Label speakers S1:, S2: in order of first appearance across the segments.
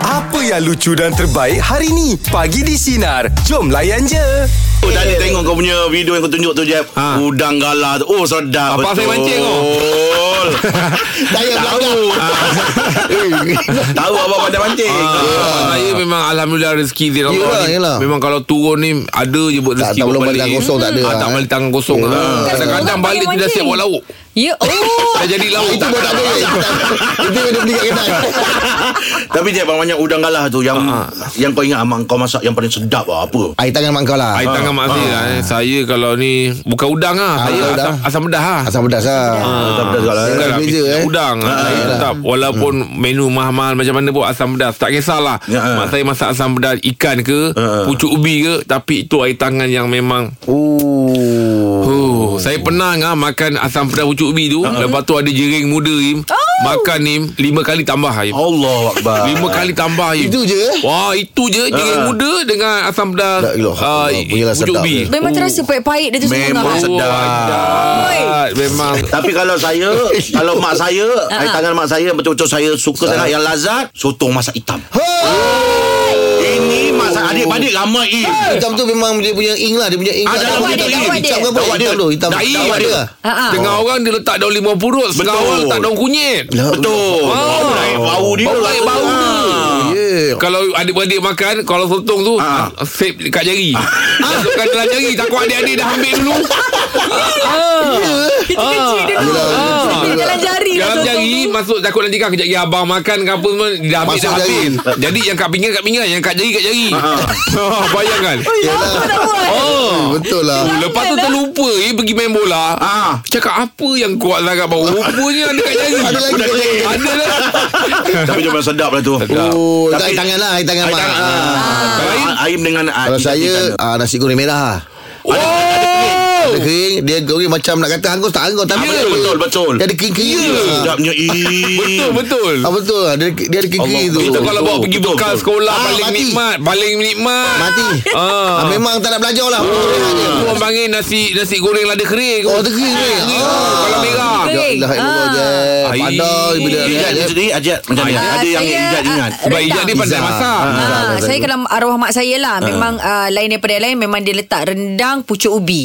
S1: Apa yang lucu dan terbaik hari ni? Pagi di Sinar. Jom layan je.
S2: Oh, tadi tengok kau punya video yang kau tunjuk tu Jeb ha. Udang gala tu Oh sedap
S3: Apa
S2: betul
S3: Afiq mancing kau?
S2: Saya tahu Tahu abang pandai mancing
S3: Ah, saya memang alhamdulillah rezeki dia Allah
S4: Yelah,
S3: ni.
S4: yelah.
S3: Memang kalau turun ni ada je buat
S4: Tak-
S3: rezeki
S4: tak
S3: buat
S4: belum balik tangan kosong, tak ada,
S3: Ah, tak
S4: eh.
S3: balik tangan kosong. Ah. Kadang-kadang
S5: Orang
S3: balik tu dah
S5: mancing.
S3: siap buat lauk.
S5: Ya oh
S3: Dah jadi lauk.
S4: Itu pun tak ada Itu yang dia beli kat kedai
S2: Tapi Jeb abang banyak udang gala tu Yang yang kau ingat abang kau masak yang paling sedap lah Apa? Ha.
S4: Air tangan mak kau lah
S3: Air tangan mak saya eh. Saya kalau ni Bukan udang lah
S4: Ah,
S3: Saya asam,
S4: bukan udang.
S3: asam pedas lah
S4: Asam pedas lah
S2: Sedap pedas gala eh.
S3: Bukan
S4: Berbeza,
S3: lah mixnya
S4: eh. Hmm.
S3: udang ah, saya tetap, Walaupun menu mahal-mahal Macam mana pun asam pedas Tak kisahlah
S2: Ya, ah.
S3: Mak saya masak asam pedas Ikan ke
S2: Ah.
S3: Pucuk ubi ke Tapi itu air tangan yang memang
S4: Oh
S3: Oh, saya pernah ngah makan asam pedas pucuk ubi tu. Lepas tu ada jering muda Im.
S2: Oh.
S3: Makan Im lima kali tambah Im.
S2: Allah Akbar
S3: Lima kali tambah Im.
S4: Itu je eh?
S3: Wah, itu je jering
S2: Ah.
S3: muda dengan asam
S4: Tak,
S3: pedas
S4: ilah,
S3: ah,
S4: Allah, punyalah
S3: pucuk
S4: sedap
S3: ubi.
S5: Memang terasa pahit-pahit dia Oh tu semua
S2: Memang
S5: Kak.
S2: sedap.
S3: Ah, Memang
S2: Tapi kalau saya Kalau mak saya Air tangan mak saya Betul-betul saya suka sangat Yang lazat Sotong masak hitam Ini masak adik-adik ramai eh.
S4: Hitam tu memang dia punya ink lah Dia punya ink
S2: Ah,
S4: kat
S2: dalam
S4: dalam
S2: dia,
S4: tu.
S2: dakwah
S4: Hitam
S5: dia.
S4: ke apa
S2: Dakwah
S4: Hitam
S2: dia.
S4: tu Hitam eh? Oh.
S3: Da'i
S4: dakwah
S2: dia.
S5: Ah, ah.
S3: Setengah orang dia letak daun lima purut Setengah
S2: Betul.
S3: orang letak daun kunyit Ah.
S4: La-
S2: Betul Bau naik bau dia
S3: Bau naik bau dia.
S2: Ah.
S4: Yeah.
S3: Kalau adik-adik makan Kalau sotong tu
S2: Ah.
S3: Sip dekat jari Masukkan dalam jari Takut adik-adik dah ambil dulu
S5: Kita kan
S4: Ah.
S5: kecil dulu Kita Dalam jari lah
S3: Dalam
S5: sotong
S3: jari
S5: tu.
S3: Masuk takut nanti kan Kejap lagi abang makan ke apa semua Dia dah ambil
S4: Masuk
S3: dah
S4: jari.
S3: habis Jadi yang kat pinggan kat pinggan Yang kat jari kat jari Ah, Bayangkan
S5: Apa nak buat
S3: Oh
S4: Betul lah
S3: Lepas tu terlupa eh, Pergi main bola
S2: Ah.
S3: Cakap apa yang kuat sangat bau Rupanya ada kat jari
S4: Ada lagi kat jari.
S3: Ada lah
S2: Tapi dia memang sedap lah tu
S3: Sedap.
S4: Oh
S2: Tapi-
S4: Air tangan lah Air tangan
S2: Air
S4: mak
S2: tangan
S4: Ah.
S2: ah. Aim dengan ah,
S4: Kalau
S2: ikan- ikan
S4: saya
S2: tu.
S4: ah, Nasi goreng merah lah
S3: Oh
S4: Dia kering Dia goreng macam nak kata hangus tak hangus Tapi
S2: Ah, Betul,
S4: dia-
S2: betul, betul.
S4: Dia ada kering-kering
S3: Ya.
S4: tu. Ah.
S2: Sedapnya eh.
S3: Betul betul
S4: Ah, Betul lah Dia dia ada kering-kering tu
S2: Allah,
S3: Kita kalau bawa
S2: Betul,
S3: pergi
S2: betul,
S3: bekal
S2: betul. Ya
S3: sekolah
S4: Ah,
S3: Paling
S4: mati.
S3: nikmat Paling nikmat
S4: Mati
S3: Ah.
S4: ah. Memang tak nak belajar lah
S3: Orang panggil nasi nasi goreng lada kering
S4: Oh dia Ah. kering
S3: Kering tu, kalau
S4: Ya
S3: merah.
S5: Kering.
S4: Dah ilmu
S5: Ah.
S4: je Pandai
S3: Ai.
S4: bila
S2: Ijat
S3: eh?
S2: dia sendiri Ajat macam mana
S5: Ah,
S2: Ada yang
S5: saya,
S2: Ijat ingat
S5: ah,
S3: Sebab
S5: rendang.
S3: Ijat dia pandai
S4: Izzat.
S3: masak
S5: Ah, saya kalau arwah mak saya lah memang uh, lain daripada yang lain memang dia letak rendang pucuk ubi.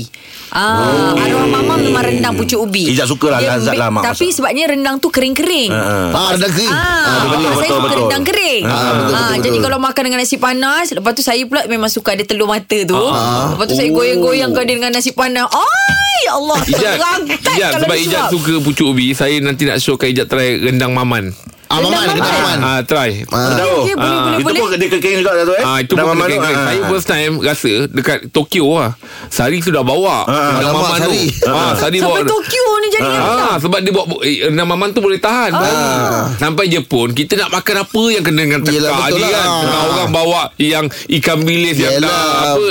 S5: Ah, arwah mama memang rendang pucuk ubi.
S2: Eh. Ijat suka lah,
S5: Dia
S2: lazat lah mak
S5: Tapi sebabnya rendang tu kering-kering.
S4: Ah dah kering
S5: Ah,
S2: betul,
S5: betul, saya
S2: betul,
S5: suka
S2: betul.
S5: rendang kering. Ah,
S4: betul, betul,
S5: jadi
S4: betul.
S5: kalau makan dengan nasi panas, lepas tu saya pula memang suka ada telur mata tu. Lepas tu saya goyang-goyangkan dia dengan nasi panas. Ai, ya Allah,
S3: Ijat,
S5: terangkat
S3: Ijat
S5: kalau
S3: sebab
S5: dia
S3: Ijat
S5: suap.
S3: suka pucuk ubi Saya nanti nak showkan Ijat try rendang maman
S4: Ah Maman
S5: Maman.
S4: kita Maman
S3: Ah, try
S2: Sedap tu.
S5: Okey, boleh,
S3: Ah,
S5: boleh,
S2: Itu
S5: boleh.
S2: pun dia kekering juga tu eh
S3: Ah itu
S2: Dah
S3: pun
S2: mamak
S3: kena
S2: tu,
S3: kena.
S2: ah.
S3: Saya first time rasa dekat Tokyo lah. Sari tu dah bawa.
S2: Ah,
S3: rendang
S4: alamak,
S3: maman
S4: Sari.
S3: tu. Ah, Sari bawa.
S5: Sampai Tokyo ni jadi
S3: Ah, sebab dia bawa eh, rendang maman tu boleh tahan. Ah. Sampai Jepun kita nak makan apa yang kena dengan tekak
S4: Yelah, betul
S3: ni
S4: lah.
S3: kan. Tengah orang bawa yang ikan bilis yang dah
S4: Yelah.
S3: apa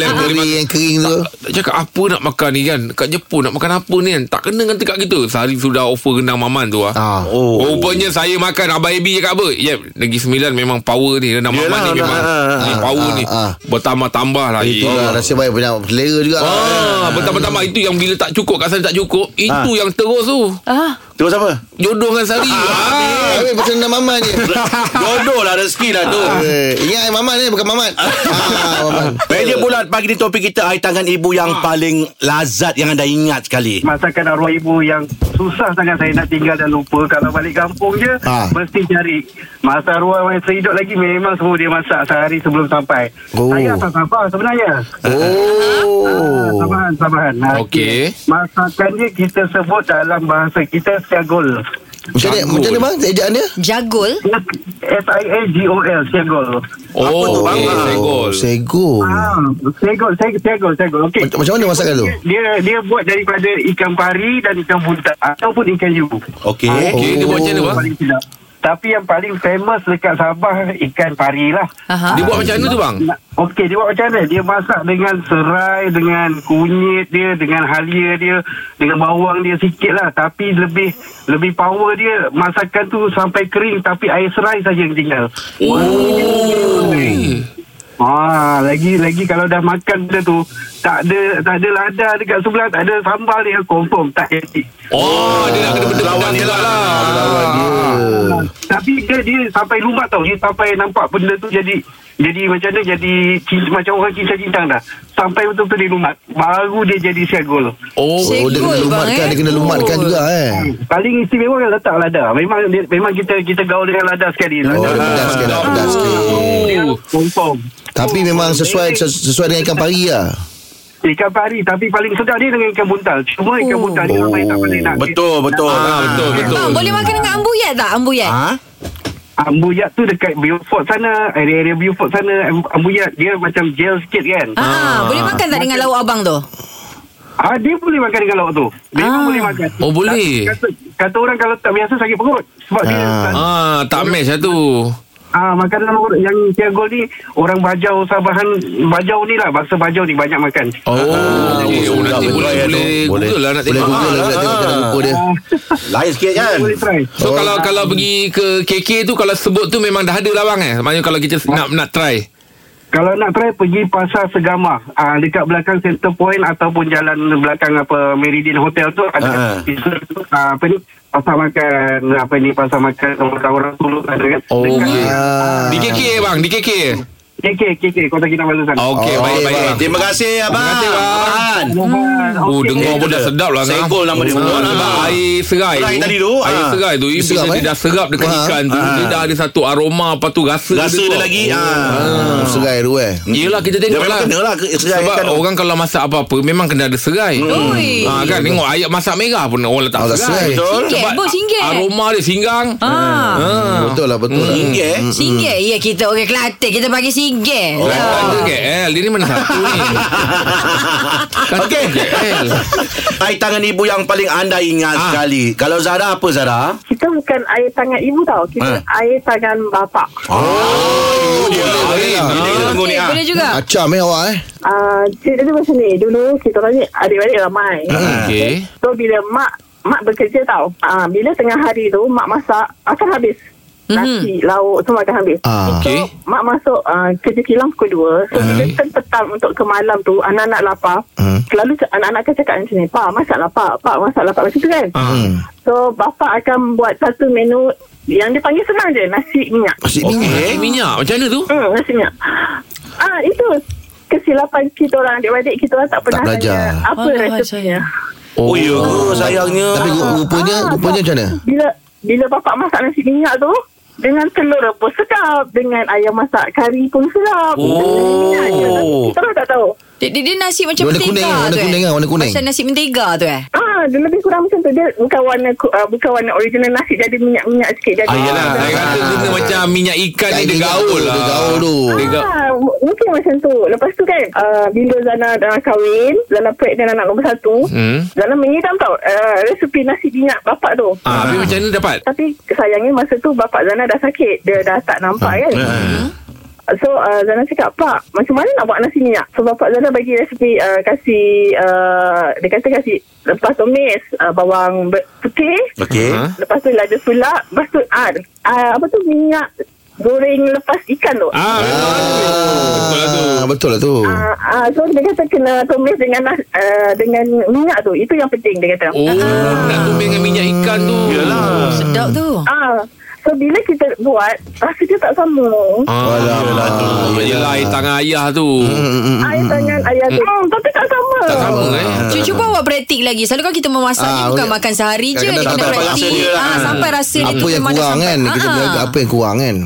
S5: Ah.
S3: yang
S4: Kering
S3: kering.
S4: yang kering tu
S3: Tak Cakap apa nak makan ni kan Kat Jepun nak makan apa ni kan Tak kena dengan tekak kita Sehari sudah offer rendang maman tu lah
S4: Ah.
S3: Oh. Rupanya saya makan Abang Abi cakap apa Yep Negeri Sembilan memang power ni Rendang
S2: Yelah,
S3: maman ni
S2: nah,
S3: memang
S2: ah,
S3: ni Power
S4: ah,
S3: ni
S4: ah.
S3: Bertambah-tambah lah
S4: Itulah
S3: Itulah
S4: rasa baik punya selera juga
S3: Ah, bertambah-tambah itu yang bila tak cukup kat sana tak cukup itu yang terus tu
S5: Ah.
S2: Terus apa
S3: jodoh dengan Sari ah,
S4: Tapi pasal nama Maman je
S2: Jodoh lah rezeki lah tu
S4: Eh, Ingat air Maman ni bukan Mamat Ah Maman
S2: Meja bulat pagi ni topik kita Air tangan ibu yang paling lazat Yang anda ingat sekali
S6: Ah. masakan arwah ibu yang susah sangat saya nak tinggal dan lupa kalau balik kampung je
S4: Ah.
S6: ha. mesti cari masa arwah yang saya hidup lagi memang semua dia masak sehari sebelum sampai
S4: Oh.
S6: oh. saya asal Sabah sebenarnya Ah,
S4: Oh
S6: Sabahan Sabahan Ah,
S3: Okey.
S6: masakan dia kita sebut dalam bahasa kita siagol
S4: Macam mana Macam mana bang Ejaan dia
S5: Jagol
S6: S-I-A-G-O-L siagol
S3: oh
S2: bang?
S3: okey, segol
S4: Segol
S6: ah, siagol siag- siagol siagol okey
S4: Macam mana masakan tu
S6: dia dia buat daripada ikan pari dan ikan buntal ataupun ikan yu
S2: Okey
S3: okey dia buat macam mana bang
S6: Paling sedap. Tapi yang paling famous dekat Sabah ikan pari lah.
S5: Aha.
S3: dia buat macam mana tu bang
S6: Nak- Okey, dia buat macam mana? Dia masak dengan serai, dengan kunyit dia, dengan halia dia, dengan bawang dia sikit lah. Tapi lebih lebih power dia, masakan tu sampai kering tapi air serai saja yang tinggal.
S3: oh
S6: Ah, lagi lagi kalau dah makan benda tu tak ada tak ada lada dekat sebelah, tak ada sambal dia confirm tak happy.
S3: Oh, dia nak kena benda
S2: Lawan dia lah.
S6: Ah. Tapi dia dia sampai lumbat tau. Dia sampai nampak benda tu jadi jadi macam mana jadi cinta, macam orang cincang-cincang dah. Sampai betul-betul dia lumbat. Baru dia jadi siagol.
S3: Oh,
S4: Oh, dia kena
S5: Cikgu,
S4: lumatkan,
S5: bang, eh?
S4: dia kena lumatkan
S5: Betul.
S4: juga eh.
S6: Paling istimewa kan letak lada. Memang dia, memang kita kita gaul dengan lada
S4: Oh,
S6: sekali. Lada.
S4: dia pedas sikit, dia pedas sikit.
S3: oh.
S6: Confirm.
S4: Tapi memang sesuai ses- sesuai dengan ikan pari lah.
S6: Ikan pari tapi paling sedap dia dengan ikan buntal. Cuma ikan
S5: Oh.
S6: buntal ni ramai tak boleh nak.
S2: Betul, betul.
S3: Ah, betul, betul.
S5: Bang, boleh makan dengan ambuyat tak? Ambuyat.
S4: Ah,
S2: Ha?
S6: Ambuyat tu dekat Beaufort sana, area-area Beaufort sana. Am- Ambuyat dia macam gel sikit kan.
S5: Ah, boleh makan tak dengan lauk abang tu?
S6: Ah, dia boleh makan dengan lauk tu.
S5: Ah.
S6: Memang boleh makan.
S3: Oh, boleh.
S6: Kata, kata orang kalau tak biasa sakit perut. Sebab dia...
S4: Ah.
S3: Ah, tak match lah tu.
S6: Ah, makanan orang- yang Tiagol ni, orang Bajau, Sabahan, Bajau ni lah. Bangsa Bajau ni banyak makan.
S3: Oh, okay. oh nanti boleh
S2: sedap, betul,
S3: boleh
S2: ya, tu.
S3: Google lah nak
S4: Boleh
S3: tengok.
S4: Google lah
S3: Ah,
S4: nak tengok cara buku dia.
S2: Lain sikit kan?
S6: Boleh try.
S3: So oh. kalau kalau pergi ke KK tu kalau sebut tu memang dah ada lah bang eh. Maknanya kalau kita nak nak try.
S6: Kalau nak try pergi Pasar Segama ah, Dekat belakang Center Point Ataupun jalan belakang apa Meridian Hotel tu
S2: Ha,
S6: Ada ah, Apa ni Pasar makan Apa ni Pasar makan Orang-orang dulu ada kan
S3: Oh, okey.
S4: Ah.
S3: Di KK eh, bang, di KK.
S6: KK KK Kota Kinabalu sana
S3: Okey,
S4: Okey,
S3: baik baik.
S4: bang.
S3: bang.
S2: Terima kasih abang.
S3: kasih, bang.
S2: Abang.
S3: Oh, dengar pun dah sedap lah Ngah.
S2: Segol nama dia.
S3: Oh,
S2: Betul,
S3: sebab
S2: abang.
S3: air serai
S2: lah. Serai tadi tu,
S3: Air
S2: ah.
S3: serai tu Bila
S4: Serap,
S3: dia
S4: eh?
S3: dah serap dekat
S4: Ah,
S3: ikan tu
S2: ah.
S3: Dia dah ada satu aroma Lepas tu rasa
S2: Rasa dia
S3: tu.
S2: lagi.
S3: Oh.
S2: ah.
S4: Ah, Serai tu eh.
S3: Yelah kita
S2: Dia
S3: tengok
S2: memang
S3: lah
S2: kena lah. ke- serai
S3: Sebab
S2: ikan tu. Hmm.
S3: orang kalau masak apa-apa Memang kena ada serai
S5: Ui.
S3: ha, kan Tengok ayat masak merah pun Orang letak
S4: Ah, tak
S3: serai
S4: serai.
S2: Betul.
S5: Singgit, bos singgit.
S3: Aroma dia singgang Hmm.
S5: Ah.
S3: ha.
S4: Betul lah, betul lah.
S2: Tinggi eh.
S5: Singgit. Ya, kita orang Kelantan. Kita bagi singgit.
S3: Kan
S5: Ya.
S3: tak ada KL Dia ni mana satu ni Kan
S2: Okey.
S3: KL
S2: Air tangan ibu yang paling anda ingat
S3: Ah.
S2: sekali. Kalau Zara apa Zara?
S7: Kita bukan air tangan ibu tau. Kita
S2: Ha.
S7: air tangan bapa.
S2: Oh, dia.
S3: boleh lah.
S2: Dia tunggu ni
S5: Okey,
S2: ah.
S5: boleh juga.
S4: Acam eh awak eh.
S7: Uh, cerita dia macam ni. Dulu kita orang ni adik-adik ramai.
S4: Ah,
S3: Okey
S7: So, bila mak mak bekerja tau. Uh, bila tengah hari tu, mak masak akan habis. Nasi, lauk semua akan habis.
S4: Mhm. Ah.
S7: So,
S3: Okey.
S7: mak masuk uh, kerja kilang pukul 2. So, bila turn petang untuk ke malam tu, anak-anak lapar.
S4: Hmm.
S7: Selalu c- anak-anak akan cakap macam ni, Pak, masaklah Pak. Pak, masaklah Pak. Macam tu kan?
S4: Hmm.
S7: So, bapa akan buat satu menu yang dia panggil senang je. Nasi minyak. eh?
S4: Asyik
S3: Okey
S4: minyak.
S3: Oh, Minyak macam mana tu
S5: Ha,
S7: Hmm, rasanya. Ah, itu kesilapan kita orang adik-adik kita orang tak pernah
S4: Tak belajar.
S7: tanya apa
S5: Alah,
S7: resepnya.
S2: Oh, ya ke sayangnya.
S4: Tapi ru- rupanya
S6: Ah,
S4: rupanya macam mana?
S7: Ah, Bila bila bapak masak nasi minyak tu dengan telur rebus sedap, dengan ayam masak kari pun sedap.
S3: Oh.
S7: Dengan minyak je. Kita orang tak tahu.
S5: Dia, dia, dia nasi macam
S4: Warna
S5: mentega
S4: kuning,
S5: tu
S4: warna
S5: eh.
S4: kuning kan, warna kuning.
S5: Macam nasi mentega tu eh.
S7: Ah, dia lebih kurang macam tu. Dia bukan warna ku- ah, bukan warna original nasi jadi minyak-minyak sikit jadi.
S3: Ah, yelah Saya kata kena
S4: Ah.
S3: macam minyak ikan ni Dia
S4: minyak
S3: gaul
S4: tu,
S3: lah
S4: Dia gaul tu.
S3: Dia gaul
S7: Ah, m- mungkin macam tu. Lepas tu kan, uh, bila Zana dah kahwin, Zana pregnant anak nombor satu,
S3: Hmm.
S7: Zana mengidam tau uh, resepi nasi minyak bapak tu.
S3: Ah, Tapi macam mana dapat
S7: Tapi sayangnya masa tu bapak Zana dah sakit. Dia dah tak nampak
S3: Ah.
S7: kan. So uh, Zana cakap Pak Macam mana nak buat nasi minyak So bapak Zana bagi resepi uh, Kasih uh, Dia kata kasih Lepas tumis uh, Bawang ber- putih
S2: Okey.
S3: Ha?
S7: Lepas tu lada sulap Lepas tu ah, ah, Apa tu minyak Goreng lepas ikan tu
S3: Ah, betul lah tu.
S4: Ah, Betul lah tu.
S7: Ah, ah, so dia kata kena tumis dengan nas- ah, dengan minyak tu. Itu yang penting dia kata.
S3: Oh, nak tumis dengan minyak ikan tu. Yalah.
S5: Sedap tu.
S7: Ah, so bila kita buat rasa dia tak sama.
S3: Ah,
S4: Alah tu.
S3: yelah air tangan ayah tu.
S4: hmm.
S7: Air tangan ayah tu. Hmm, tapi tak sama.
S3: Eh. Tak sama eh.
S5: Cuba, cuba awak praktik lagi. Selalu kan kita memasak ni
S4: Ah,
S5: bukan
S4: okey.
S5: makan sehari je. Dia
S4: Kadang-kadang
S5: kena
S2: sampai
S5: praktik.
S2: rasa dia lah.
S5: Ah, sampai rasa dia
S4: Apa
S5: tu
S4: yang
S5: memang dah
S4: kurang
S5: sampai.
S4: kan? Kita
S5: Ah.
S4: belajar apa yang kurang kan?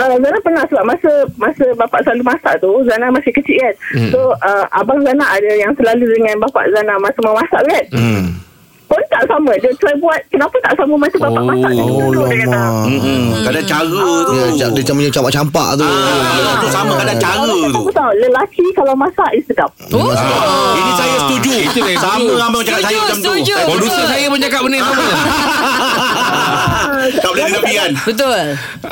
S7: Ah, Zana pernah sebab masa masa bapak selalu masak tu Zana masih kecil kan hmm. So uh, abang Zana ada yang selalu dengan bapak Zana masa memasak kan
S4: Hmm.
S7: Pun tak sama Dia try buat kenapa tak sama masa bapak
S3: Oh,
S7: masak dia
S4: Oh
S7: dulu dia kata
S4: lama.
S2: Hmm, kadang cara
S5: Ah,
S2: tu.
S4: Dia ca- Ya, dia macam punya campak-campak tu.
S2: Ah, tu sama kadang cara
S7: Orang kata
S2: tu.
S7: aku tahu lelaki kalau masak is sedap
S5: Oh,
S2: Ini saya setuju.
S3: Ah. Itu saya
S2: Sama
S3: setuju.
S2: abang cakap
S5: Setuju,
S2: saya macam tu.
S5: setuju.
S3: Produser
S5: Betul.
S3: saya pun cakap benda yang sama.
S2: Tak boleh dilebihan.
S5: Betul.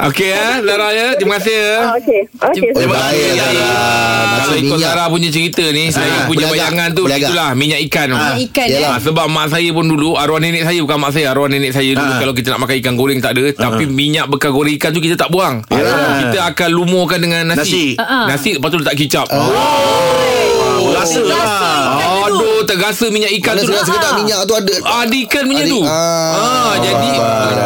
S3: Okey eh, Zara ya. Terima kasih ya.
S7: ah, Okay, okay.
S4: Oh, baik
S2: kasih.
S4: Zara.
S3: Kalau
S4: Masuk
S3: ikut
S4: minyak.
S3: Zara punya cerita ni Saya
S4: Ah,
S3: punya
S4: berlagak,
S3: bayangan tu
S4: berlagak.
S3: Itulah minyak ikan tu.
S5: Ikan eh.
S4: Yelah.
S3: Ah, sebab mak saya pun faham dulu Arwah nenek saya Bukan mak saya Arwah nenek saya dulu
S2: Ah.
S3: Kalau kita nak makan ikan goreng Tak ada Tapi minyak bekas goreng ikan tu Kita tak buang
S2: Yalah.
S3: Kita akan lumurkan dengan nasi
S5: Ah,
S3: Nasi
S2: Nasi.
S3: lepas tu letak kicap
S2: Oh, rasa lah.
S3: Ah, Aduh Terasa minyak ikan
S4: Mana
S3: tu
S4: sekedar-sekedar minyak tu ada
S3: Ada ikan punya
S4: Ada-
S3: tu
S4: Ah.
S3: ah, Jadi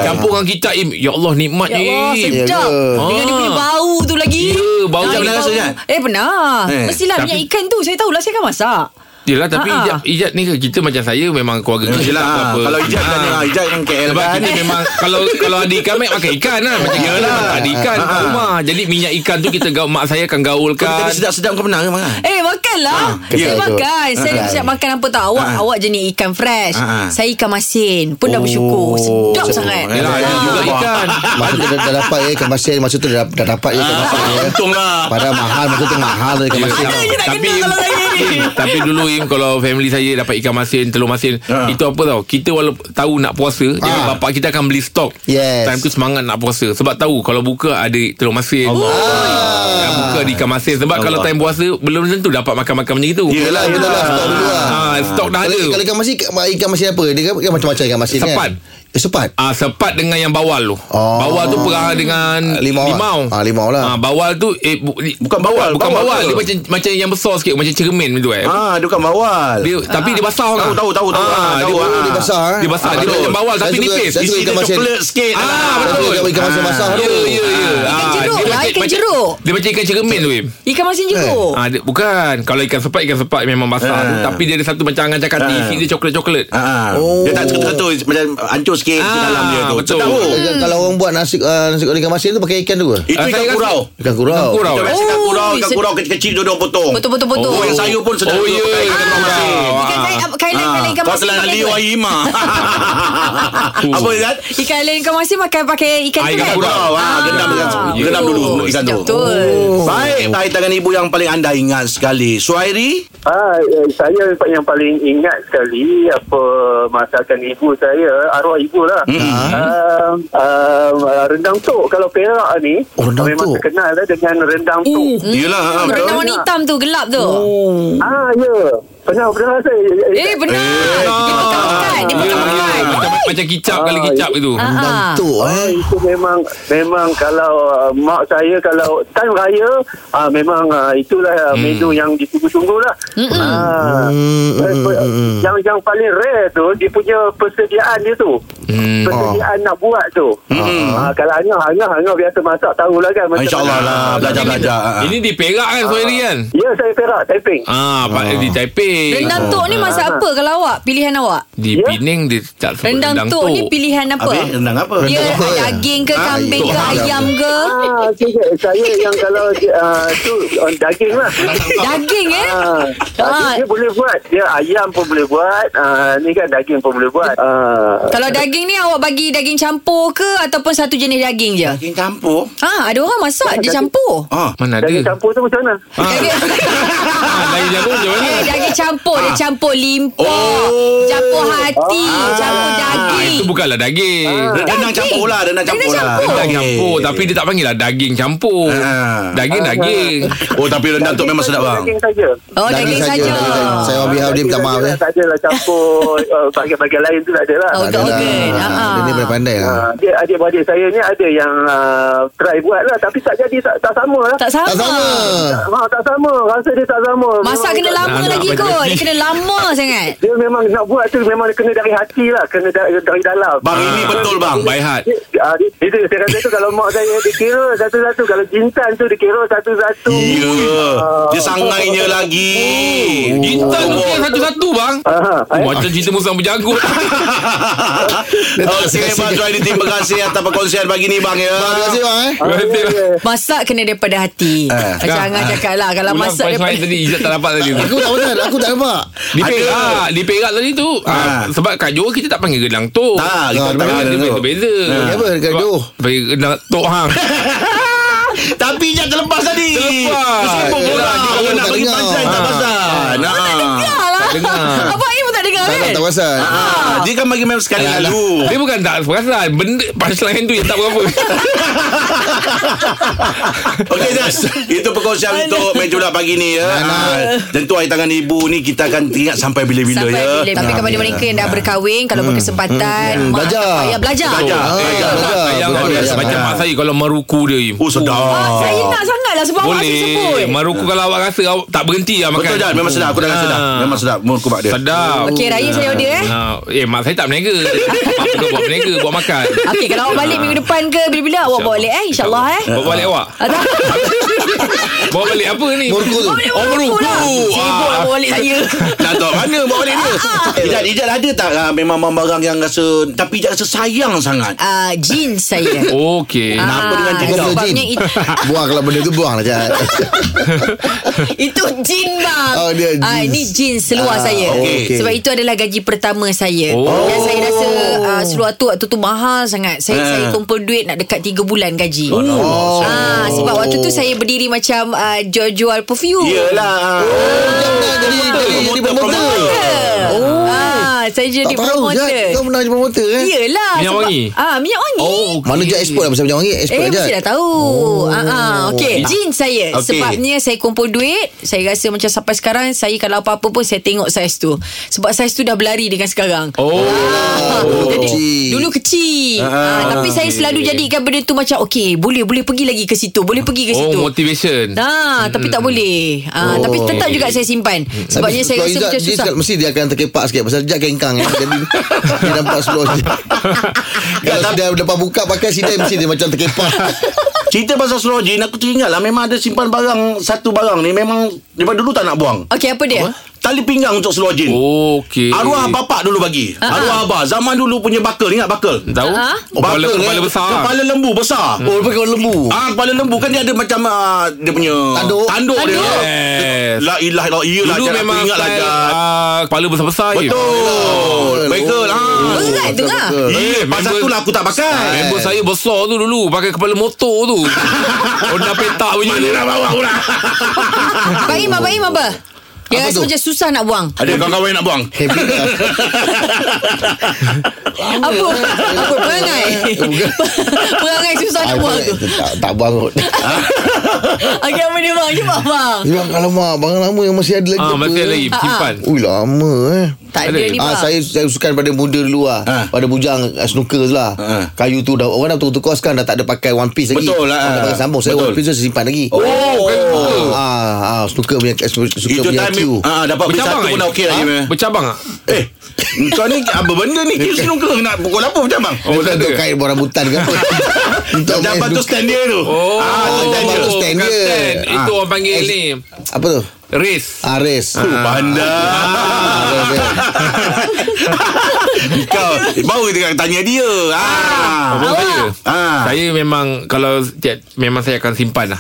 S3: Campur dengan kicap Im. Ya Allah nikmat
S5: Ya Allah
S3: ni
S5: sedap
S4: Ya ke?
S5: Dengan dia punya
S3: Ah.
S5: bau tu lagi
S3: Ya, bau
S5: Ah,
S3: tak
S5: dia
S2: pernah
S5: bau.
S2: rasa, Jad?
S5: Eh pernah
S2: Eh,
S5: Mestilah
S2: tapi-
S5: minyak ikan tu Saya tahulah saya akan masak
S3: Yelah tapi
S5: Ha-ha.
S3: Ijat, Ijat ni Kita macam saya Memang keluarga kita
S2: Yelah
S3: tak
S2: ha,
S3: apa-apa.
S2: Kalau hijab
S3: Ah.
S2: kan ha, Hijab yang KL
S3: Sebab
S2: kan
S3: kita memang Kalau kalau ada ikan Mek makan ikan lah Macam kita
S2: Yalah.
S3: memang tak ada ikan kat
S2: Ha-ha.
S3: rumah Jadi minyak ikan tu Kita gaul Mak saya akan
S2: Kau
S3: gaulkan
S2: tadi sedap-sedap kau
S3: Oh.
S2: pernah ke makan?
S5: Eh makanlah
S4: Ah,
S2: ya,
S5: Saya
S4: kesal tu.
S5: makan Saya
S4: Ah.
S5: siap makan apa tak Awak
S2: Ah.
S5: awak jenis ikan fresh
S2: Ah, Oh. ah.
S5: Saya ikan masin Pun dah bersyukur Sedap sangat
S3: Yelah ada
S5: Ah.
S3: juga ikan
S4: Oh. Masa tu dah, dah dapat ya Ikan masin Masa tu dah, dah dapat ya Ikan masin ya
S2: Ah, Untung lah
S4: Padahal mahal Masa tu mahal tu Ikan masin
S5: Ada je nak
S3: Tapi-
S5: kena kalau saya ni
S3: Tapi dulu Im Kalau family saya Dapat ikan masin Telur masin
S2: Ha.
S3: Itu apa tau Kita walaupun Tahu nak puasa Jadi
S4: Ha.
S3: bapak kita akan beli stok
S4: Yes.
S3: Time tu semangat nak puasa Sebab tahu Kalau buka ada telur masin Ah. Nak buka ada ikan masin Sebab
S2: Allah.
S3: kalau time puasa Belum tentu dapat makan-makan macam itu
S4: Yelah Kita dah stok dulu lah
S3: Ah, Stok dah
S4: Kalau
S3: ada
S4: kalau ikan masin Ikan masin apa Dia kan- kan macam-macam ikan masin
S3: Sepat.
S4: kan Eh, Sepat
S3: Ah sepat dengan yang bawal tu.
S4: Oh.
S3: Bawal tu perah dengan
S4: Ah, limau lah.
S3: limau.
S4: Ah, limau lah.
S3: Ah bawal tu eh bu, li-
S2: Bukan bawal,
S3: bukan
S2: bawal
S3: bawal,
S2: ke?
S3: dia macam macam yang besar sikit macam cermin macam tu eh.
S2: Ah, dia bukan bawal
S3: Dia tapi dia basah kan?
S2: Tahu, tahu, tahu,
S3: Ah,
S2: tahu. Ah,
S3: dia,
S2: tahu, ah.
S4: Dia basah eh?
S3: dia basah.
S4: Ah,
S3: dia
S4: betul.
S3: macam bawal
S4: Saya
S3: tapi
S4: suka-
S3: nipis.
S4: Saya suka
S2: Isi
S4: ikan
S2: dia
S4: masin
S2: coklat sikit
S3: Ah, betul.
S4: Saya suka ikan masin basah
S3: Ya,
S4: tu
S3: ya, ya.
S5: Ikan jeruk
S3: Ah, dia
S5: lah,
S3: macam-
S5: ikan
S3: macam-
S5: jeruk.
S3: Dia macam ikan cermin tu, Im.
S5: Ikan
S2: Eh.
S5: masin jeruk
S3: Ah, dia, bukan. Kalau ikan sepat, ikan sepat memang basah
S2: Ah.
S3: tu. Tapi dia ada satu macam angan cakati.
S2: Ah.
S3: Isi dia coklat-coklat.
S2: Ah, oh. Dia tak terketul Macam hancur sikit
S3: Ah,
S2: ah, Dalam dia tu
S3: betul.
S2: Tahu
S4: Ikan- Kalau orang buat nasi ah, Nasi goreng ikan masin tu Pakai ikan tu ke
S2: Itu
S3: Ah,
S2: ikan
S3: saya rasa-
S2: kurau
S4: Ikan kurau
S3: Ikan kurau.
S2: Ikan masin ikan
S5: Oh,
S2: kurau Ikan
S5: se-
S2: kurau kecil-kecil Dia orang potong
S5: Betul, betul, betul.
S2: Oh yang sayur pun sedap
S3: Oh,
S2: juga
S3: ya,
S2: pakai
S3: ikan
S2: Ikan
S5: Ah,
S2: masin
S3: kurau.
S5: Ikan saya Kailan kailan
S2: Ah,
S5: ikan
S2: Kau
S5: masin
S2: telah
S5: pakai
S2: liu
S5: apa?
S2: Aima Apa Zat?
S5: Ikan lain ikan masin Makan pakai ikan
S3: Ah,
S5: tu
S3: ikan
S5: kan
S3: kurau.
S2: Kurau ah, Gendam dengan Gendam dulu sebelum Ikan tu
S5: Betul
S2: Baik
S3: Oh.
S2: Baik tangan ibu yang paling anda ingat sekali Suhairi
S8: Ah, eh, saya yang paling ingat sekali apa masakan ibu saya, arwah ibu lah.
S3: Hmm.
S8: Um, um, rendang tok kalau Perak ni
S4: Oh, rendang
S8: memang
S4: tok.
S8: terkenal lah dengan rendang
S3: Oh,
S8: tok.
S3: ha,
S2: Yelah ah, betul. Oh.
S5: Rendang warna hitam tu Gelap tu
S8: Ah, ya. Pernah pernah saya.
S5: Eh benar Dia pekan-pekan Eh, Dia pekan-pekan
S3: Macam, macam kicap kali kicap gitu.
S4: Rendang
S5: Ah.
S4: tu eh
S8: itu memang memang kalau uh, mak saya kalau time raya uh, memang uh, itulah hmm. menu yang ditunggu-tunggu lah. Ah,
S4: Hmm,
S8: eh,
S4: hmm,
S8: pe-
S4: hmm.
S8: yang yang paling rare tu dia punya persediaan dia tu.
S3: Hmm.
S9: Oh.
S8: Persediaan nak buat tu. Ah, kalau Angah Angah Angah biasa masak tahulah kan macam
S2: InsyaAllah
S8: mana.
S2: lah Belajar-belajar ah.
S3: Ini di Perak kan Suhairi kan?
S8: Ya saya Perak Taiping.
S3: Ah, Pak di Taipei.
S2: Ah.
S5: Rendang tok ni masak apa kalau awak? Pilihan awak?
S3: Di
S8: Ya.
S3: Penang dia tak sebut
S5: Rendang, tok ni pilihan apa? Ya,
S2: Habis rendang apa?
S5: Dia
S4: Rendang apa?
S5: daging ke
S4: Ah,
S5: kambing
S4: tok
S5: ke
S4: ayam.
S5: ayam ke?
S8: Ah, okay, saya yang kalau uh, tu uh, daging lah.
S5: Daging eh?
S8: Ah,
S5: Ah.
S8: ah. Dia boleh buat Dia ayam pun boleh buat ah, Ni kan daging pun boleh buat ah.
S5: Kalau daging ni awak bagi daging campur ke ataupun satu jenis daging je?
S2: Daging campur
S5: Ha, ada orang masak dia campur.
S2: Ah,
S3: Mana ada?
S8: Daging campur tu macam mana?
S5: Daging,
S3: Ah, Daging jagung macam mana?
S5: eh, daging campur dia campur limpah,
S2: Oh.
S5: campur hati, campur
S3: Ah,
S5: daging. Ah.
S3: itu bukanlah daging.
S2: Rendang campur lah Rendang campur
S5: Rendang
S2: lah
S5: campur.
S3: Rendang campur tapi dia tak panggil lah daging campur.
S2: Ah.
S3: Daging daging.
S2: Oh tapi rendang tu memang sedap lah. bang
S8: Daging saja
S5: Oh, daging, saja.
S4: daging saja. Saya on behalf dia minta maaf
S8: Daging saja
S4: ya
S8: lah, Tak adalah campur uh, Bagian-bagian lain tu tak lah. adalah
S5: Oh,
S4: Tak adalah.
S5: Organ, ah.
S4: Dia ni pandai-pandai lah
S8: Ah, dia adik-adik saya ni ada yang uh, try buat lah tapi tak jadi tak, tak sama lah
S5: Tak sama.
S4: Tak sama
S8: ha, tak sama rasa dia tak sama
S5: Masak
S8: Memang
S5: kena
S8: tak-
S5: lama
S3: Anak
S5: lagi
S3: macam
S5: kot. Dia
S3: ni.
S5: kena lama sangat.
S8: dia memang nak buat tu memang dia kena dari hati lah kena da- dari dalam
S2: Bang ini betul bang
S3: By heart.
S8: Ah, dia, dia, dia, saya kata tu kalau mak saya dia kira satu-satu kalau jintan tu dia kira satu-satu Ah.
S2: Ya Dia sangainya lagi
S4: Oh.
S3: Intan tu dia satu-satu bang.
S4: Ah,
S8: Aha.
S3: Oh,
S4: eh.
S3: macam cerita musang berjagut.
S2: Okey Oh, Bang Suhairi Terima kasih atas perkongsian pagi ni bang ya
S4: Terima kasih bang eh
S3: Terima kasih, bang.
S5: Masak kena daripada hati. Macam
S3: Sekarang-
S5: Angah cakap lah. Kalau
S3: Ulang
S5: masak
S3: punchline
S5: daripada...
S3: tadi Izzat tak dapat tadi tu.
S4: eh. Aku tak betul Aku tak nampak
S3: Di Perak Di Perak tadi tu
S2: Ah.
S3: ah, Sebab kat Johor Kita tak panggil gedang tok
S2: Tak,
S4: Ah,
S2: kita tak panggil Ah.
S3: Dia
S2: gedang tok.
S3: beza-beza
S4: Ya, apa, dekat
S3: Sebab
S4: Johor?
S3: Panggil gedang tok hang
S2: Tapi jangan terlepas tadi
S3: Terlepas.
S2: Tersambung
S3: Yelah,
S2: orang
S3: dia
S2: Orang
S4: tak
S2: nak bagi
S4: dengar.
S2: pasan Tak
S4: Ah.
S2: pasan Nah.
S5: Dengar lah.
S3: dengar.
S5: Apa Aim pun tak dengar perasan
S4: Tak, tak,
S5: kan
S4: tak perasan.
S2: Ah, dia kan bagi memang sekali lalu.
S3: Dia bukan tak perasan Benda Punchline tu yang tak berapa
S2: Okey Jas Itu perkongsian untuk Meja pagi ni ya. Ah, Tentu air tangan ibu ni Kita akan ingat sampai bila-bila
S5: Sampai
S2: ya
S5: bila Tapi
S2: Ah,
S5: kepada
S2: ya.
S5: mereka yang dah berkahwin Kalau berkesempatan
S4: Hmm.
S5: mak
S4: Belajar.
S5: tak payah Belajar
S2: Belajar.
S3: Ah, yang-
S2: Eh,
S4: belajar.
S3: yang-
S4: Betul,
S3: yang-
S4: belajar.
S3: Macam mak saya Kalau maruku dia Im.
S2: Oh sedap
S5: Ah, Saya nak sangat lah Sebab awak asyik sebut
S3: Boleh Maruku kalau awak rasa awak Tak berhenti lah makan
S2: Betul Jan Memang sedap Aku dah rasa
S3: Ah.
S2: dah Memang sedap Mulut kubak dia
S3: Sedap
S5: Okey raya saya order eh
S3: Ah, Eh mak saya tak berniaga Mak saya buat berniaga Buat makan
S5: Okey kalau awak balik minggu depan ke Bila-bila awak bawa balik eh InsyaAllah eh
S3: Bawa balik awak
S5: Ah, tak.
S3: Bawa balik apa ni
S4: Murku tu.
S3: Oh
S5: Aku
S3: meruku
S5: lah. Sibuk lah
S3: Ah.
S5: bawa balik saya Ah,
S2: Datuk mana bawa balik dia Ijat, Ijat ada tak ah, Memang barang yang rasa Tapi Ijat rasa sayang sangat
S5: Ah, Jeans saya
S3: Okey
S2: Kenapa dengan
S5: Ah,
S2: jeans?
S5: Sebabnya
S4: Jin.
S5: itu
S4: Buang kalau benda tu buang lah Jad
S5: Itu jin bang
S4: Oh, dia
S5: Ah,
S4: jeans.
S5: Ini jeans seluar
S4: Ah,
S5: saya
S4: okey.
S5: Sebab itu adalah gaji pertama saya
S3: Oh.
S5: Dan saya rasa ah, Seluar tu waktu tu mahal sangat Saya saya kumpul duit nak dekat 3 bulan gaji oh. ah, Sebab waktu tu saya berdiri macam ah, Jual-jual perfume
S2: Yelah
S4: Oh, Jadi jadi jadi promoter
S5: oh. ah, Saya
S4: Tak
S5: jadi
S4: tahu Jad
S5: promoter
S4: Kau pernah jadi promoter eh
S5: Yelah
S3: Minyak
S5: sebab-
S3: wangi?
S5: ah, Minyak wangi
S3: Oh okey.
S4: Mana Jad export lah Pasal macam orang Export
S5: Eh
S4: Jad
S5: mesti dah tahu oh. ah, Okay Jin saya
S2: Okey.
S5: okay. Sebabnya saya kumpul duit Saya rasa macam sampai sekarang Saya kalau apa-apa pun Saya tengok saiz tu Sebab saiz tu dah berlari dengan sekarang
S3: Oh
S2: Oh,
S5: Jadi
S4: kecil.
S5: dulu kecil ah, Tapi saya selalu jadikan benda tu macam Okay boleh boleh pergi lagi ke situ Boleh pergi ke
S3: Oh
S5: situ
S3: motivation
S5: Nah, tapi tak
S4: Hmm.
S5: boleh.
S4: Oh,
S5: Ah, tapi tetap juga saya simpan. Sebabnya
S4: Tapi
S5: saya rasa
S4: kalau Hmm. Izzat,
S5: macam
S4: dia
S5: susah.
S4: cakap Mesti dia akan terkepak sikit Pasal Jad kengkang eh. Jadi dia nampak slow je Kalau sudah depan buka pakai Sidai mesti dia macam terkepak
S2: Cerita pasal slow jean Aku teringat lah Memang ada simpan barang Satu barang ni Memang Daripada dulu tak nak buang
S5: Okey, apa dia?
S2: Tali pinggang untuk slow jean
S3: Okey
S2: Arwah bapak dulu bagi Arwah abah Zaman dulu punya bakal Ingat bakal
S3: Tahu
S5: Ah.
S3: oh, Kepala,
S4: Bakal, eh.
S3: kepala besar Hmm.
S2: Kepala lembu besar
S4: Oh dia pakai orang lembu
S2: Ah, kepala lembu kan dia ada macam ah, dia punya
S4: Tanduk.
S2: tanduk, dia.
S3: Tanduk.
S2: Yes.
S3: Yes.
S2: La ilah la ilah
S3: Dulu memang
S2: ingat lah
S3: style,
S2: Jad.
S3: ah, Kepala besar-besar je.
S2: Betul. Mereka
S4: Oh.
S2: lah.
S5: Berat tu lah.
S4: betul.
S2: Ya,
S3: Eh, member-
S2: pasal
S3: Ah,
S2: tu lah aku tak pakai.
S3: Member saya besar tu dulu Pakai kepala motor tu Honda petak punya tu
S2: Nak bawa pula.
S5: Baim, baim apa? Dia
S4: Apa
S5: rasa
S4: tu?
S5: macam susah nak buang.
S2: Ada kawan-kawan yang nak buang.
S4: Heavy lah
S5: Apa? Apa perangai? perangai susah nak buang tu.
S4: Ah, Tak, tak buang kot
S5: Okey apa dia bang? Cuba bang.
S4: Dia kalau mak Barang lama yang masih ada lagi
S3: Ah,
S4: apa,
S3: masih
S4: eh?
S3: lagi
S5: Ah, ah.
S3: simpan.
S4: Ui lama eh
S5: Tak ada
S3: Ada.
S5: ni bang.
S4: Ah, saya saya sukan pada muda dulu lah
S2: Ah.
S4: Pada bujang ah, snooker tu lah
S2: Ah.
S4: Kayu tu dah Orang dah tukar-tukar sekarang Dah tak ada pakai one piece lagi
S2: Betul lah,
S4: Orang dah
S2: ah.
S4: pakai sambung Saya
S2: Betul.
S4: one piece tu saya simpan lagi
S2: Oh, kan betul.
S4: Ah, ah, snooker punya snooker
S2: Itu
S4: punya Ah.
S2: time
S4: Q.
S2: ah, dapat beli
S3: Bercabang
S2: satu pun
S3: eh?
S2: dah okey lagi. meh.
S3: Bercabang ah? tak?
S2: Eh, kau ni apa benda ni? Kau snooker nak pukul apa macam bang?
S3: Oh tak ada
S4: Untuk kain buah rambutan ke apa Untuk main
S2: Jabat tu
S4: snooker.
S2: stand dia tu.
S3: Oh,
S2: Ah, tu stand dia.
S4: tu stand
S3: bukan
S4: dia.
S3: stand. Itu
S4: Ah.
S3: orang panggil
S4: Eh,
S3: ni Oh,
S4: Apa tu Ah,
S3: Race
S4: Ares
S2: Tu
S4: Ah,
S2: pandai. Kau eh, baru kita tanya dia. Ah.
S3: Abang saya
S2: Ah.
S3: Saya memang Kalau tiap, Memang saya akan simpan lah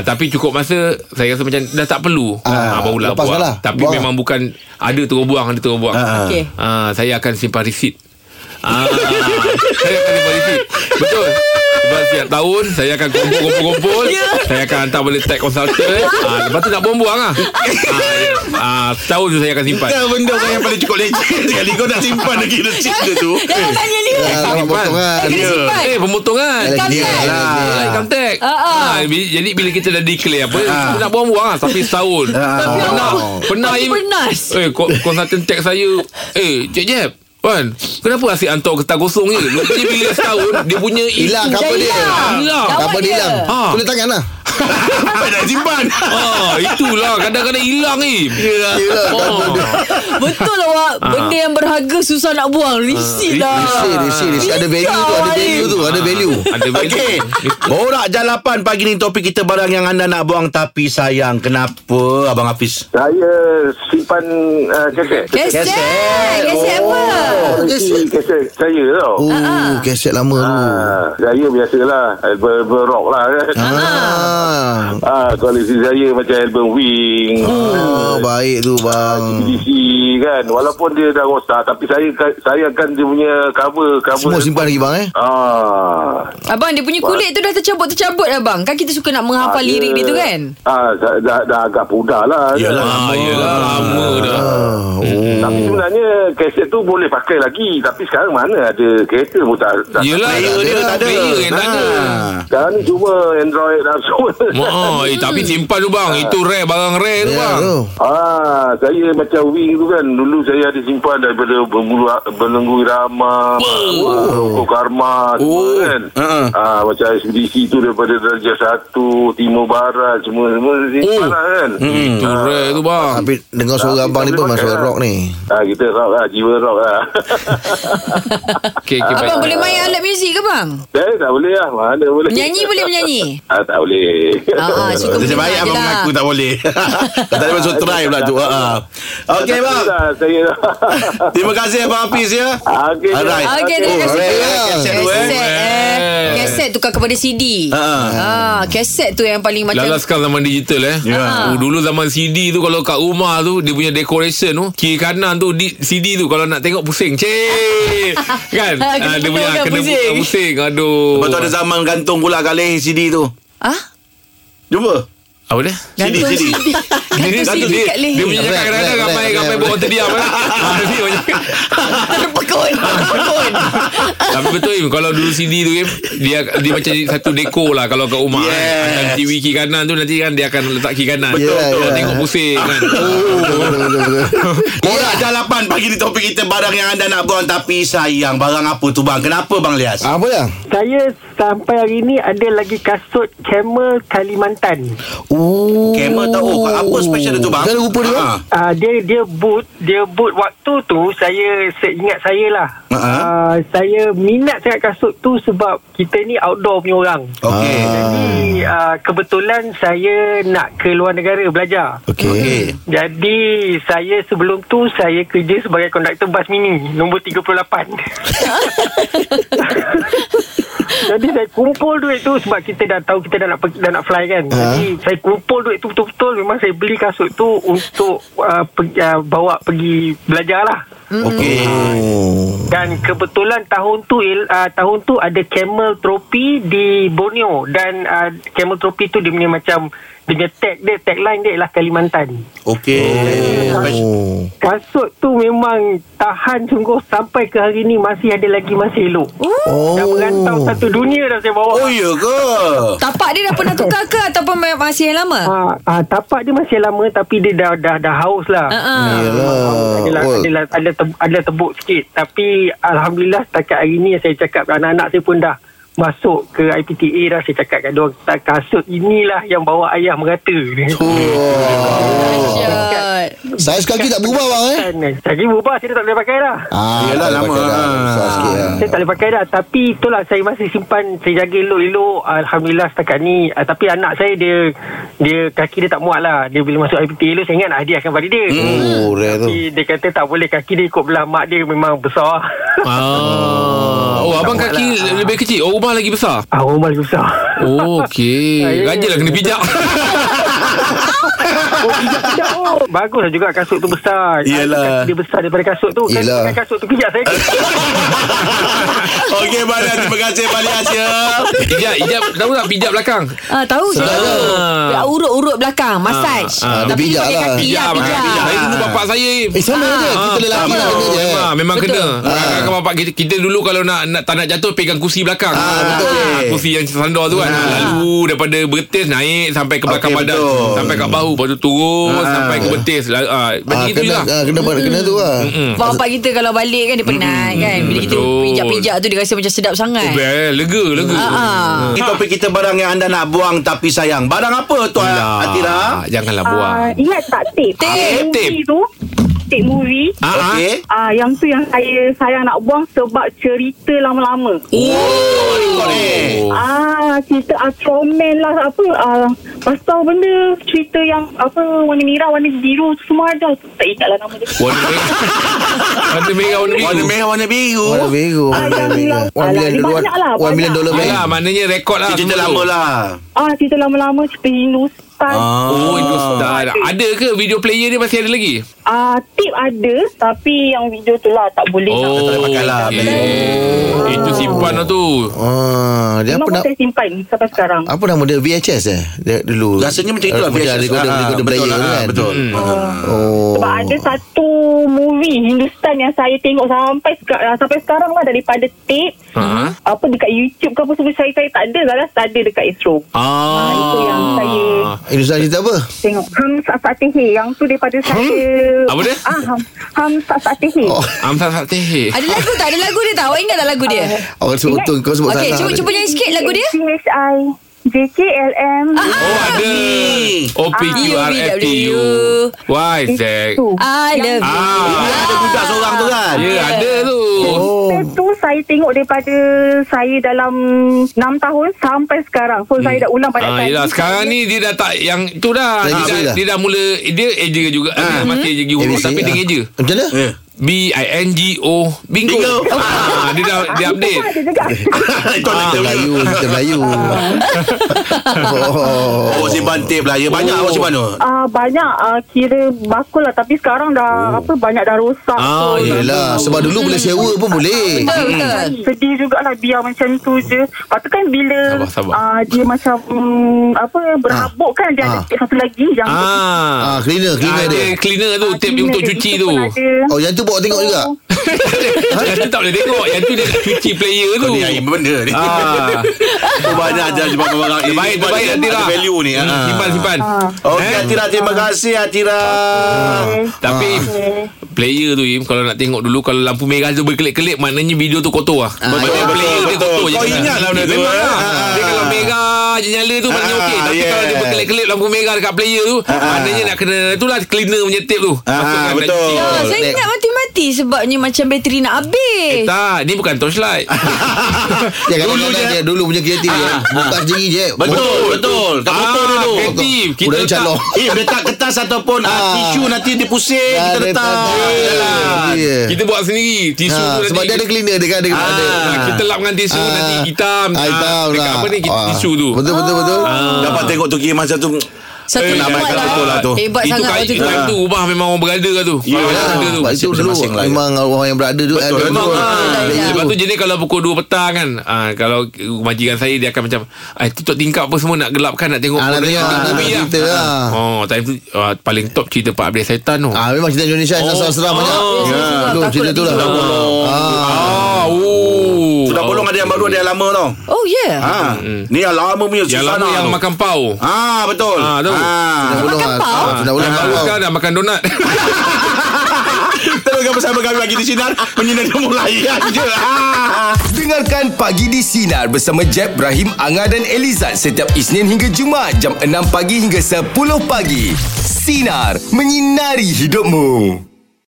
S3: ah. Tapi cukup masa Saya rasa macam Dah tak perlu ah.
S4: Ah.
S3: Barulah
S4: Lepas
S3: buang
S4: lah.
S3: Tapi
S4: Buang.
S3: memang bukan Ada terus buang Ada terus buang
S2: Ah.
S5: Okey.
S3: Ah, saya akan simpan resit. Ah, saya akan simpan resit. Betul. Sebab setiap tahun saya akan kumpul-kumpul-kumpul.
S5: Ya.
S3: Saya akan hantar balik tag consultant. Ah, lepas tu nak buang-buang lah. Ah, ah, setahun tu saya akan simpan.
S2: Dah benda orang yang paling cukup leceh sekali Kau nak simpan lagi dia cerita tu Eh.
S5: Jangan tanya ni.
S4: Alamak potongan
S5: Kena simpan.
S3: Eh, pemotongan.
S4: Lagi dia lah.
S3: Ah, income tax.
S5: Ah, ah.
S3: Ah, bi- jadi bila kita dah declare apa, kita nak buang-buang lah tapi setahun.
S2: Tapi
S3: Pernah, pernah
S5: Ah. Aku
S3: im-
S5: bernas.
S3: Eh, ko- konsultan teks saya Eh, Cik Jeb Wan, kenapa asyik hantar kertas kosong je? Rupanya bila setahun, dia punya itu.
S4: Hilang
S5: Dah
S4: cover dia
S5: hilang.
S3: Hilang.
S5: Dah
S4: Cover dia hilang
S3: Ah.
S4: Tulis tangan lah
S2: Apa nak simpan
S3: Ah, itulah. Kadang-kadang hilang ni.
S4: Yelah
S3: Oh.
S5: Betul lah awak Benda yang berharga Susah nak buang Risik lah
S4: Resi, resi, resi. Ada value tu, ada value tu, ada value.
S3: Ada value.
S2: Okey Ah. Borak jalapan pagi ni Topik kita barang yang anda nak buang Tapi sayang Kenapa Abang Hafiz
S8: Saya simpan uh, kaset.
S5: Keset Keset apa
S9: Oh.
S8: Kaset. Kaset saya tau. Oh.
S10: Ah,
S3: Ah,
S4: Oh, keset lama tu.
S8: saya biasalah ber, berok lah kan.
S4: Ah, bang.
S9: Ah, koleksi saya macam album Wing. Ah,
S4: Oh, baik tu bang.
S9: GDC kan walaupun dia dah rosak tapi saya saya akan dia punya cover cover
S4: Semua simpan lagi bang eh.
S9: ah
S5: Abang dia punya kulit tu dah tercabut-tercabut abang. Kan kita suka nak menghafal
S9: Ah,
S5: lirik dia tu kan?
S9: ah dah, dah, dah agak pudar lah Ah,
S3: Ah, yelah lama dah.
S9: oh.
S3: Hmm.
S9: Tapi sebenarnya kaset tu boleh pakai lagi Tapi sekarang mana ada kereta pun tak, tak
S3: Yelah, player ya, dia tak ada. Player yang tak ada.
S9: Sekarang ni cuma Android dah semua
S3: Oh, eh, tapi simpan tu bang. Itu rare, barang rare tu
S4: Ya
S3: bang.
S4: tu.
S9: Ah, saya macam wing tu kan Dulu saya ada simpan daripada Berbulu, Belenggu Irama Hukum Karma
S2: Oh,
S9: semua kan
S2: ha-ha.
S9: ah, Macam ekspedisi tu daripada Darjah Satu Timur Barat Semua semua saya
S2: Oh.
S9: simpan lah kan
S2: Hmm,
S3: Itu rare tu bang.
S4: Tapi Hmm. dengar suara
S9: Tapi
S4: abang ni
S9: tak
S4: pun
S9: boleh
S4: memang suara
S9: pakai
S4: rock ni.
S9: ah, Kita rock lah, jiwa rock lah
S3: Okey, okey.
S5: Abang
S3: baik.
S5: boleh main alat muzik ke bang?
S9: Saya tak boleh lah, mana boleh
S5: Menyanyi boleh menyanyi?
S9: Ah, tak boleh Ah.
S5: Ah, ah, suka
S2: Nasib baik abang mengaku tak boleh Tak ada masuk try pula tu ha, ha. Okey bang
S8: lah,
S9: Itulah saya
S2: Terima kasih abang Hafiz ya
S8: Ah,
S9: Okey.
S2: Alright
S5: Okay,
S2: Oh,
S5: terima kasih.
S2: rare, rare Kaset tu eh
S5: Kaset eh. Kaset tukar kepada CD. Ah, kaset tu yang paling macam Ya.
S3: Lala sekarang zaman digital eh yeah. oh, Dulu zaman CD tu Kalau kat rumah tu Dia punya decoration tu Kiri kanan tu di, CD tu Kalau nak tengok pusing Cik Kan
S5: Kena
S3: Ah, Dia punya
S5: pegang
S3: kena
S5: pusing.
S3: pusing, pusing. Aduh
S2: Lepas tu ada zaman gantung pula kat leher CD tu
S5: Ah,
S2: Cuba
S3: Apa dia?
S2: CD
S5: gantung
S2: CD
S5: CD. Gantung
S3: Dia-
S5: CD
S3: dia-
S5: kat
S3: Dia
S5: leher.
S3: punya
S4: Rap,
S3: cakap kadang-kadang
S4: rap,
S3: Ramai
S4: rap,
S3: ramai
S4: rap.
S3: buat orang terdiam eh. Ah, dia macam-
S5: Terpekun, terpekun.
S3: Tapi betul Im Kalau dulu CD tu Im Dia, dia macam satu dekor lah Kalau kat rumah
S2: Yes.
S3: kan. Macam TV kiri kanan tu Nanti kan dia akan letak kiri kanan
S4: Betul,
S3: Kalau
S4: betul.
S3: Tengok pusing kan
S2: Borak jalapan pagi di topik kita Barang yang anda nak buang Tapi sayang Barang apa tu bang Kenapa bang Lias
S4: Apa bang?
S11: Saya sampai hari ni ada lagi kasut camel Kalimantan.
S4: Oh.
S2: Kamera tak oh, Apa special dia tu bang
S4: Macam mana rupa dia, bang?
S2: Ah.
S11: Uh, dia dia boot dia boot waktu tu saya seingat saya lah.
S2: Ha-ha.
S11: Uh, saya minat sangat kasut tu sebab kita ni outdoor punya orang.
S2: Okey Ah.
S11: Jadi uh, kebetulan saya nak ke luar negara belajar.
S4: Okey.
S11: Jadi saya sebelum tu saya kerja sebagai konduktor bas mini nombor 38. Jadi saya kumpul duit tu sebab kita dah tahu kita dah nak pergi- dah nak fly kan.
S4: Ha.
S2: Ah.
S11: Jadi saya kumpul duit tu betul-betul memang saya beli kasut tu untuk uh, pergi, uh, bawa pergi belajar lah.
S2: Okey
S4: Oh.
S11: Dan kebetulan tahun tu il- uh, tahun tu ada Camel Trophy di Borneo dan uh, Camel Trophy tu dia punya macam dia punya tag dia tagline dia ialah Kalimantan.
S2: Okey
S4: Oh.
S11: Kasut tu memang tahan sungguh sampai ke hari ni masih ada lagi masih elok.
S4: Oh.
S11: Dah merantau satu dunia dah saya bawa.
S2: Oh ya ke
S5: Tapak dia dah pernah tukar ke ataupun masih yang lama?
S11: Ah, ah, tapak dia masih lama tapi dia dah dah dah haus lah.
S5: Ah, ah.
S4: Yalah.
S11: Adalah,
S4: Oh.
S11: adalah, ada, te, ada tebuk sikit Tapi Alhamdulillah setakat hari ni Saya cakap anak-anak saya pun dah Masuk ke IPTA dah Saya cakap kat diorang "Tak, Kasut inilah yang bawa ayah merata ni."
S5: Syat.
S4: Oh. Saya sekali tak berubah bang eh.
S11: Kan, Saya berubah saya dah tak boleh pakai dah
S4: Ah,
S2: Yelah,
S4: tak boleh
S2: lama.
S4: pakai
S2: Ah.
S4: dah. Susah sikit lah.
S11: Saya tak boleh pakai dah Tapi itulah saya masih simpan Saya jaga elok-elok Alhamdulillah setakat ni uh, Tapi anak saya dia Dia kaki dia tak muat lah Dia bila masuk IPT elok Saya ingat nak hadiahkan pada dia Ah,
S4: Oh, rare tu.
S11: Tapi dia kata tak boleh kaki dia ikut belah mak dia memang besar
S3: ah. Oh abang
S11: Tak
S3: kaki
S11: lah.
S3: lebih kecil Oh rumah lagi besar
S11: Ah, rumah dia besar
S3: Oh okey
S11: Ya, ya,
S3: Rajalah
S11: ya.
S3: kena pijak
S11: Oh, pijak pijak oh. Baguslah juga kasut tu besar.
S2: Yelah.
S11: Dia besar daripada kasut tu. Kan
S4: Yelah.
S11: pakai kasut tu pijak saya.
S2: Okey bang Lias Terima kasih bang Lias ya
S3: Pijak Pijak Tahu tak pijak belakang
S5: Ah, tahu je.
S3: Ah.
S5: Urut-urut belakang, massage.
S4: ah, dia
S5: Tapi dia pakai
S4: pijak lah.
S5: kaki lah,
S3: pakai
S5: pijak.
S3: Saya dulu bapak saya Im.
S4: Eh, sama je.
S3: Ah,
S4: Kita lelaki
S3: sama.
S4: nak kena je. Ah.
S3: Memang, memang
S5: Betul.
S3: kena. Kadang-kadang bapak kita, kita dulu kalau nak, nak tak nak jatuh pegang kursi belakang.
S4: betul. Ah.
S3: Ah, kursi yang sandar tu kan. Lalu daripada betis naik sampai ke belakang
S2: Okey,
S3: badan,
S2: betul.
S3: sampai kat bahu, lepas tu turun sampai ke betis. Lalu, ah, macam
S4: Ah,
S3: gitu
S4: kena,
S3: lah.
S4: ah, kena, kena tu lah.
S5: Bapak kita kalau balik kan dia penat kan. Bila kita
S3: Hmm. betul.
S5: pijak-pijak tu dia rasa macam sedap sangat.
S3: Bel, lega, lega.
S5: Ah.
S2: Ini topik kita barang yang anda nak buang Tapi sayang Barang apa tu
S3: Alah,
S2: Atira
S3: Janganlah buang.
S10: Ah, ingat tak tape?
S5: Tape.
S10: Movie
S3: Tape.
S10: tu. Tape movie.
S3: Ah, ah.
S2: Okey
S10: Ah, yang tu yang saya sayang nak buang sebab cerita lama-lama.
S3: Oh,
S2: Boleh
S10: Ah, cerita Ultraman lah apa ah, Lepas tu benda cerita yang apa warna merah, warna biru semua ada. Tak ingat lah nama dia.
S3: Warna merah Warna merah Warna biru
S2: Warna merah, warna biru.
S4: Warna biru
S10: Ah, yang bilang-
S4: Warna
S10: Alah, ni
S4: biru
S10: banyak lah,
S4: Warna
S10: banyak.
S4: biru dollar bank
S3: Alah maknanya rekod lah
S2: Dia cerita
S3: semua tu.
S2: lama lah.
S10: Ah, cerita lama-lama cerita Hindustan. Ah.
S3: Oh Hindustan Ada ke video player dia masih ada lagi?
S10: ah, tip ada tapi yang video tu lah tak
S3: Oh,
S10: boleh. nak-
S2: tak boleh pakai lah.
S3: okey. Itu simpan lah tu
S4: Ah, dia apa
S10: Memang
S4: nak
S10: saya simpan sampai sekarang.
S4: apa nama dia VHS eh dia dulu
S2: Oh, Rasanya macam itulah
S4: eh, macam ada
S2: VHS.
S4: recorder
S2: Ah,
S4: recorder
S2: betul
S4: player
S2: lah,
S4: kan
S2: Betul.
S9: Ah.
S4: oh
S10: Sebab ada satu movie Hindustan yang saya tengok sampai seka- sampai sekarang lah daripada tape
S3: Ha?
S10: apa dekat YouTube ke apa semua saya saya tak ada lah tak ada dekat Astro.
S3: Ah,
S10: itu yang saya-
S4: Hindustan cerita apa
S10: Tengok Hamzah Fatihi yang tu daripada hmm? saya.
S3: Apa dia?
S10: Ah, Ham, Hamzah Fatihi.
S4: Oh.
S10: Oh.
S3: Amsal Fatih
S5: Ada lagu tak? Ada lagu dia tak? Awak ingat tak lagu dia?
S10: Ah.
S4: Orang sebut betul Oh, Kau sebut
S5: Okey,
S4: salah
S5: cuba cuba nyanyi sikit lagu dia.
S10: CHI JKLM. Ah.
S3: Oh ada O P Q R F T U Y Z
S5: I love you.
S3: Ah
S2: Ada budak seorang tu kan.
S3: Ya ada tu
S4: Oh
S10: Tape tu saya tengok daripada saya dalam 6 tahun sampai sekarang. So saya dah ulang banyak
S3: Ah,
S10: kali.
S3: yelah sekarang ni dia dah tak yang tu dah. Dia,
S4: Lagi
S3: dah,
S4: sini dah.
S3: dia dah mula dia eja juga. Dia masih eja huruf tapi dia eja.
S4: Macam mana
S2: Ya.
S3: B I N G O bingo.
S2: Bingo.
S3: Ah, dia dah dia update. Ah,
S10: Ada juga.
S2: Itu
S4: Kita
S2: ada cerita
S4: Melayu Kita Melayu Oh
S2: Oh, simpan tape lah. Ya, banyak awak simpan tu.
S10: Ah banyak ah, kira bakul lah tapi sekarang dah apa banyak dah rosak.
S3: Ah,
S10: dah- Hmm. Ah,
S4: Yelah Sebab dulu boleh sewa pun boleh
S5: Betul, betul.
S10: sedih jugalah biar macam tu je. Lepas tu kan bila
S3: Sabar, sabar.
S10: ah, dia macam mm, apa berhabuk kan dia ada
S4: Ah.
S10: sikit satu lagi yang
S3: Ah.
S4: Ah, cleaner,
S3: Ah,
S4: cleaner
S3: dia
S4: dia.
S3: cleaner tu tape
S10: Cleaner
S3: untuk
S10: dia,
S3: cuci
S10: itu
S3: tu.
S10: pun ada.
S4: Oh, yang tu bawa tengok juga.
S3: Yang tu tak boleh tengok. Yang tu dia nak cuci player tu.
S2: Kau ni air benda ni.
S3: Ah.
S2: Kau banyak ajar sebab barang ini.
S3: Terbaik,
S2: Sebab
S3: terbaik
S2: dia
S3: Atira.
S2: ada value ni.
S3: Hmm,
S2: Ah.
S3: Simpan, simpan. Eh?
S2: Okey, Atira. Terima kasih, Atira.
S3: Tapi player tu Im kalau nak tengok dulu kalau lampu merah tu berkelip-kelip maknanya video tu kotor lah. Maknanya
S2: betul,
S3: player dia
S2: betul.
S3: kotor je.
S2: Kau
S3: kan?
S2: ingat lah benda tu,
S3: Memang
S2: eh.
S3: lah.
S2: Ah.
S3: Dia kalau merah je nyala tu maknanya
S2: Ah,
S3: okey. Tapi
S2: yes.
S3: kalau dia berkelip-kelip lampu merah kan dekat player tu
S4: Ha,
S3: maknanya nak kena itulah cleaner punya tape tu. kan
S2: Ah,
S3: Masukkan kat
S2: betul.
S3: sini.
S5: Ah, saya ingat mati-mati sebabnya macam bateri nak
S3: Eh,
S5: habis.
S3: tak, ni bukan torchlight. Ha,
S4: Ya, dulu je. Dia dulu punya kreatif dia. Buka sendiri je.
S2: Betul, betul. Tak kotor
S3: Ah,
S2: dulu.
S3: kreatif. Kita
S4: Udah
S3: letak
S4: calon.
S2: Eh, letak kertas ataupun ah, tisu nanti dia pusing,
S4: Ah,
S2: kita
S4: dia
S2: letak.
S4: letak.
S2: Jalan.
S4: Ya.
S3: Kita buat sendiri Tisu
S4: Ha,
S3: tu
S4: sebab
S3: nanti
S4: dia ada cleaner dia kan ada
S3: Ah,
S4: ada.
S3: Kita lap dengan tisu
S4: Ah,
S3: Nanti hitam
S4: ah,
S3: Ah,
S4: hitam
S3: dekat
S4: lah.
S3: Apa ni kita-
S4: Ah,
S3: Tisu tu Ah.
S4: Betul betul betul.
S2: Ah. Dapat tengok tu kira masa tu.
S5: Satu
S3: Eh,
S5: nak
S2: ramai
S5: buat
S2: kalau betul lah
S5: lah.
S2: tu.
S5: Hebat
S3: itu
S5: sangat
S3: kan,
S5: waktu
S3: itu
S5: tu.
S3: time tu rumah memang orang berada lah tu.
S2: Ya,
S3: Orang
S2: ya.
S3: berada tu.
S4: Sebab itu dulu
S2: Masing-masing lah, ya.
S4: memang orang yang berada tu
S2: Betul,
S4: ada
S2: memang,
S4: dulu.
S2: ah.
S5: Ya.
S3: Sebab Ha, tu jadi kalau pukul 2 petang kan ah, Kalau majikan saya Dia akan macam ah, Tutup tingkap apa semua Nak gelapkan Nak tengok
S4: Ah, nak
S3: porno,
S4: tengok, nak
S3: movie
S4: tengok
S3: lah.
S4: cerita lah.
S3: Oh time tu ah, Paling top cerita Pak Abdul Syaitan tu
S4: Ah memang cerita Indonesia
S3: Oh.
S4: asal seram banyak.
S3: Oh,
S4: Ya,
S5: seram-seram.
S4: Dulu
S5: Takut
S4: cerita
S5: nak
S4: tu lah.
S5: tidur.
S4: Ah.
S3: Ah, oh.
S2: Sudah bolong ada yang baru, ada yang lama tau.
S5: Oh yeah.
S2: Ha. Ni yang lama punya
S3: Hmm. Yang
S2: susah
S3: lama
S2: nak
S3: yang
S2: tu.
S3: makan pau
S2: Ah betul.
S3: Ah, tu.
S2: Ah.
S4: Sudah
S5: Makan pau?
S12: ha,
S4: Sudah
S3: Yang
S4: bolong.
S3: baru sekarang dah makan donat
S2: Teruskan bersama kami lagi di sinar menyinari kamu layan je. Ah.
S12: Dengarkan Pagi di Sinar bersama Jeb, Ibrahim, Anga dan Elizad setiap Isnin hingga Jumaat jam 6 pagi hingga 10 pagi. Sinar, menyinari hidupmu.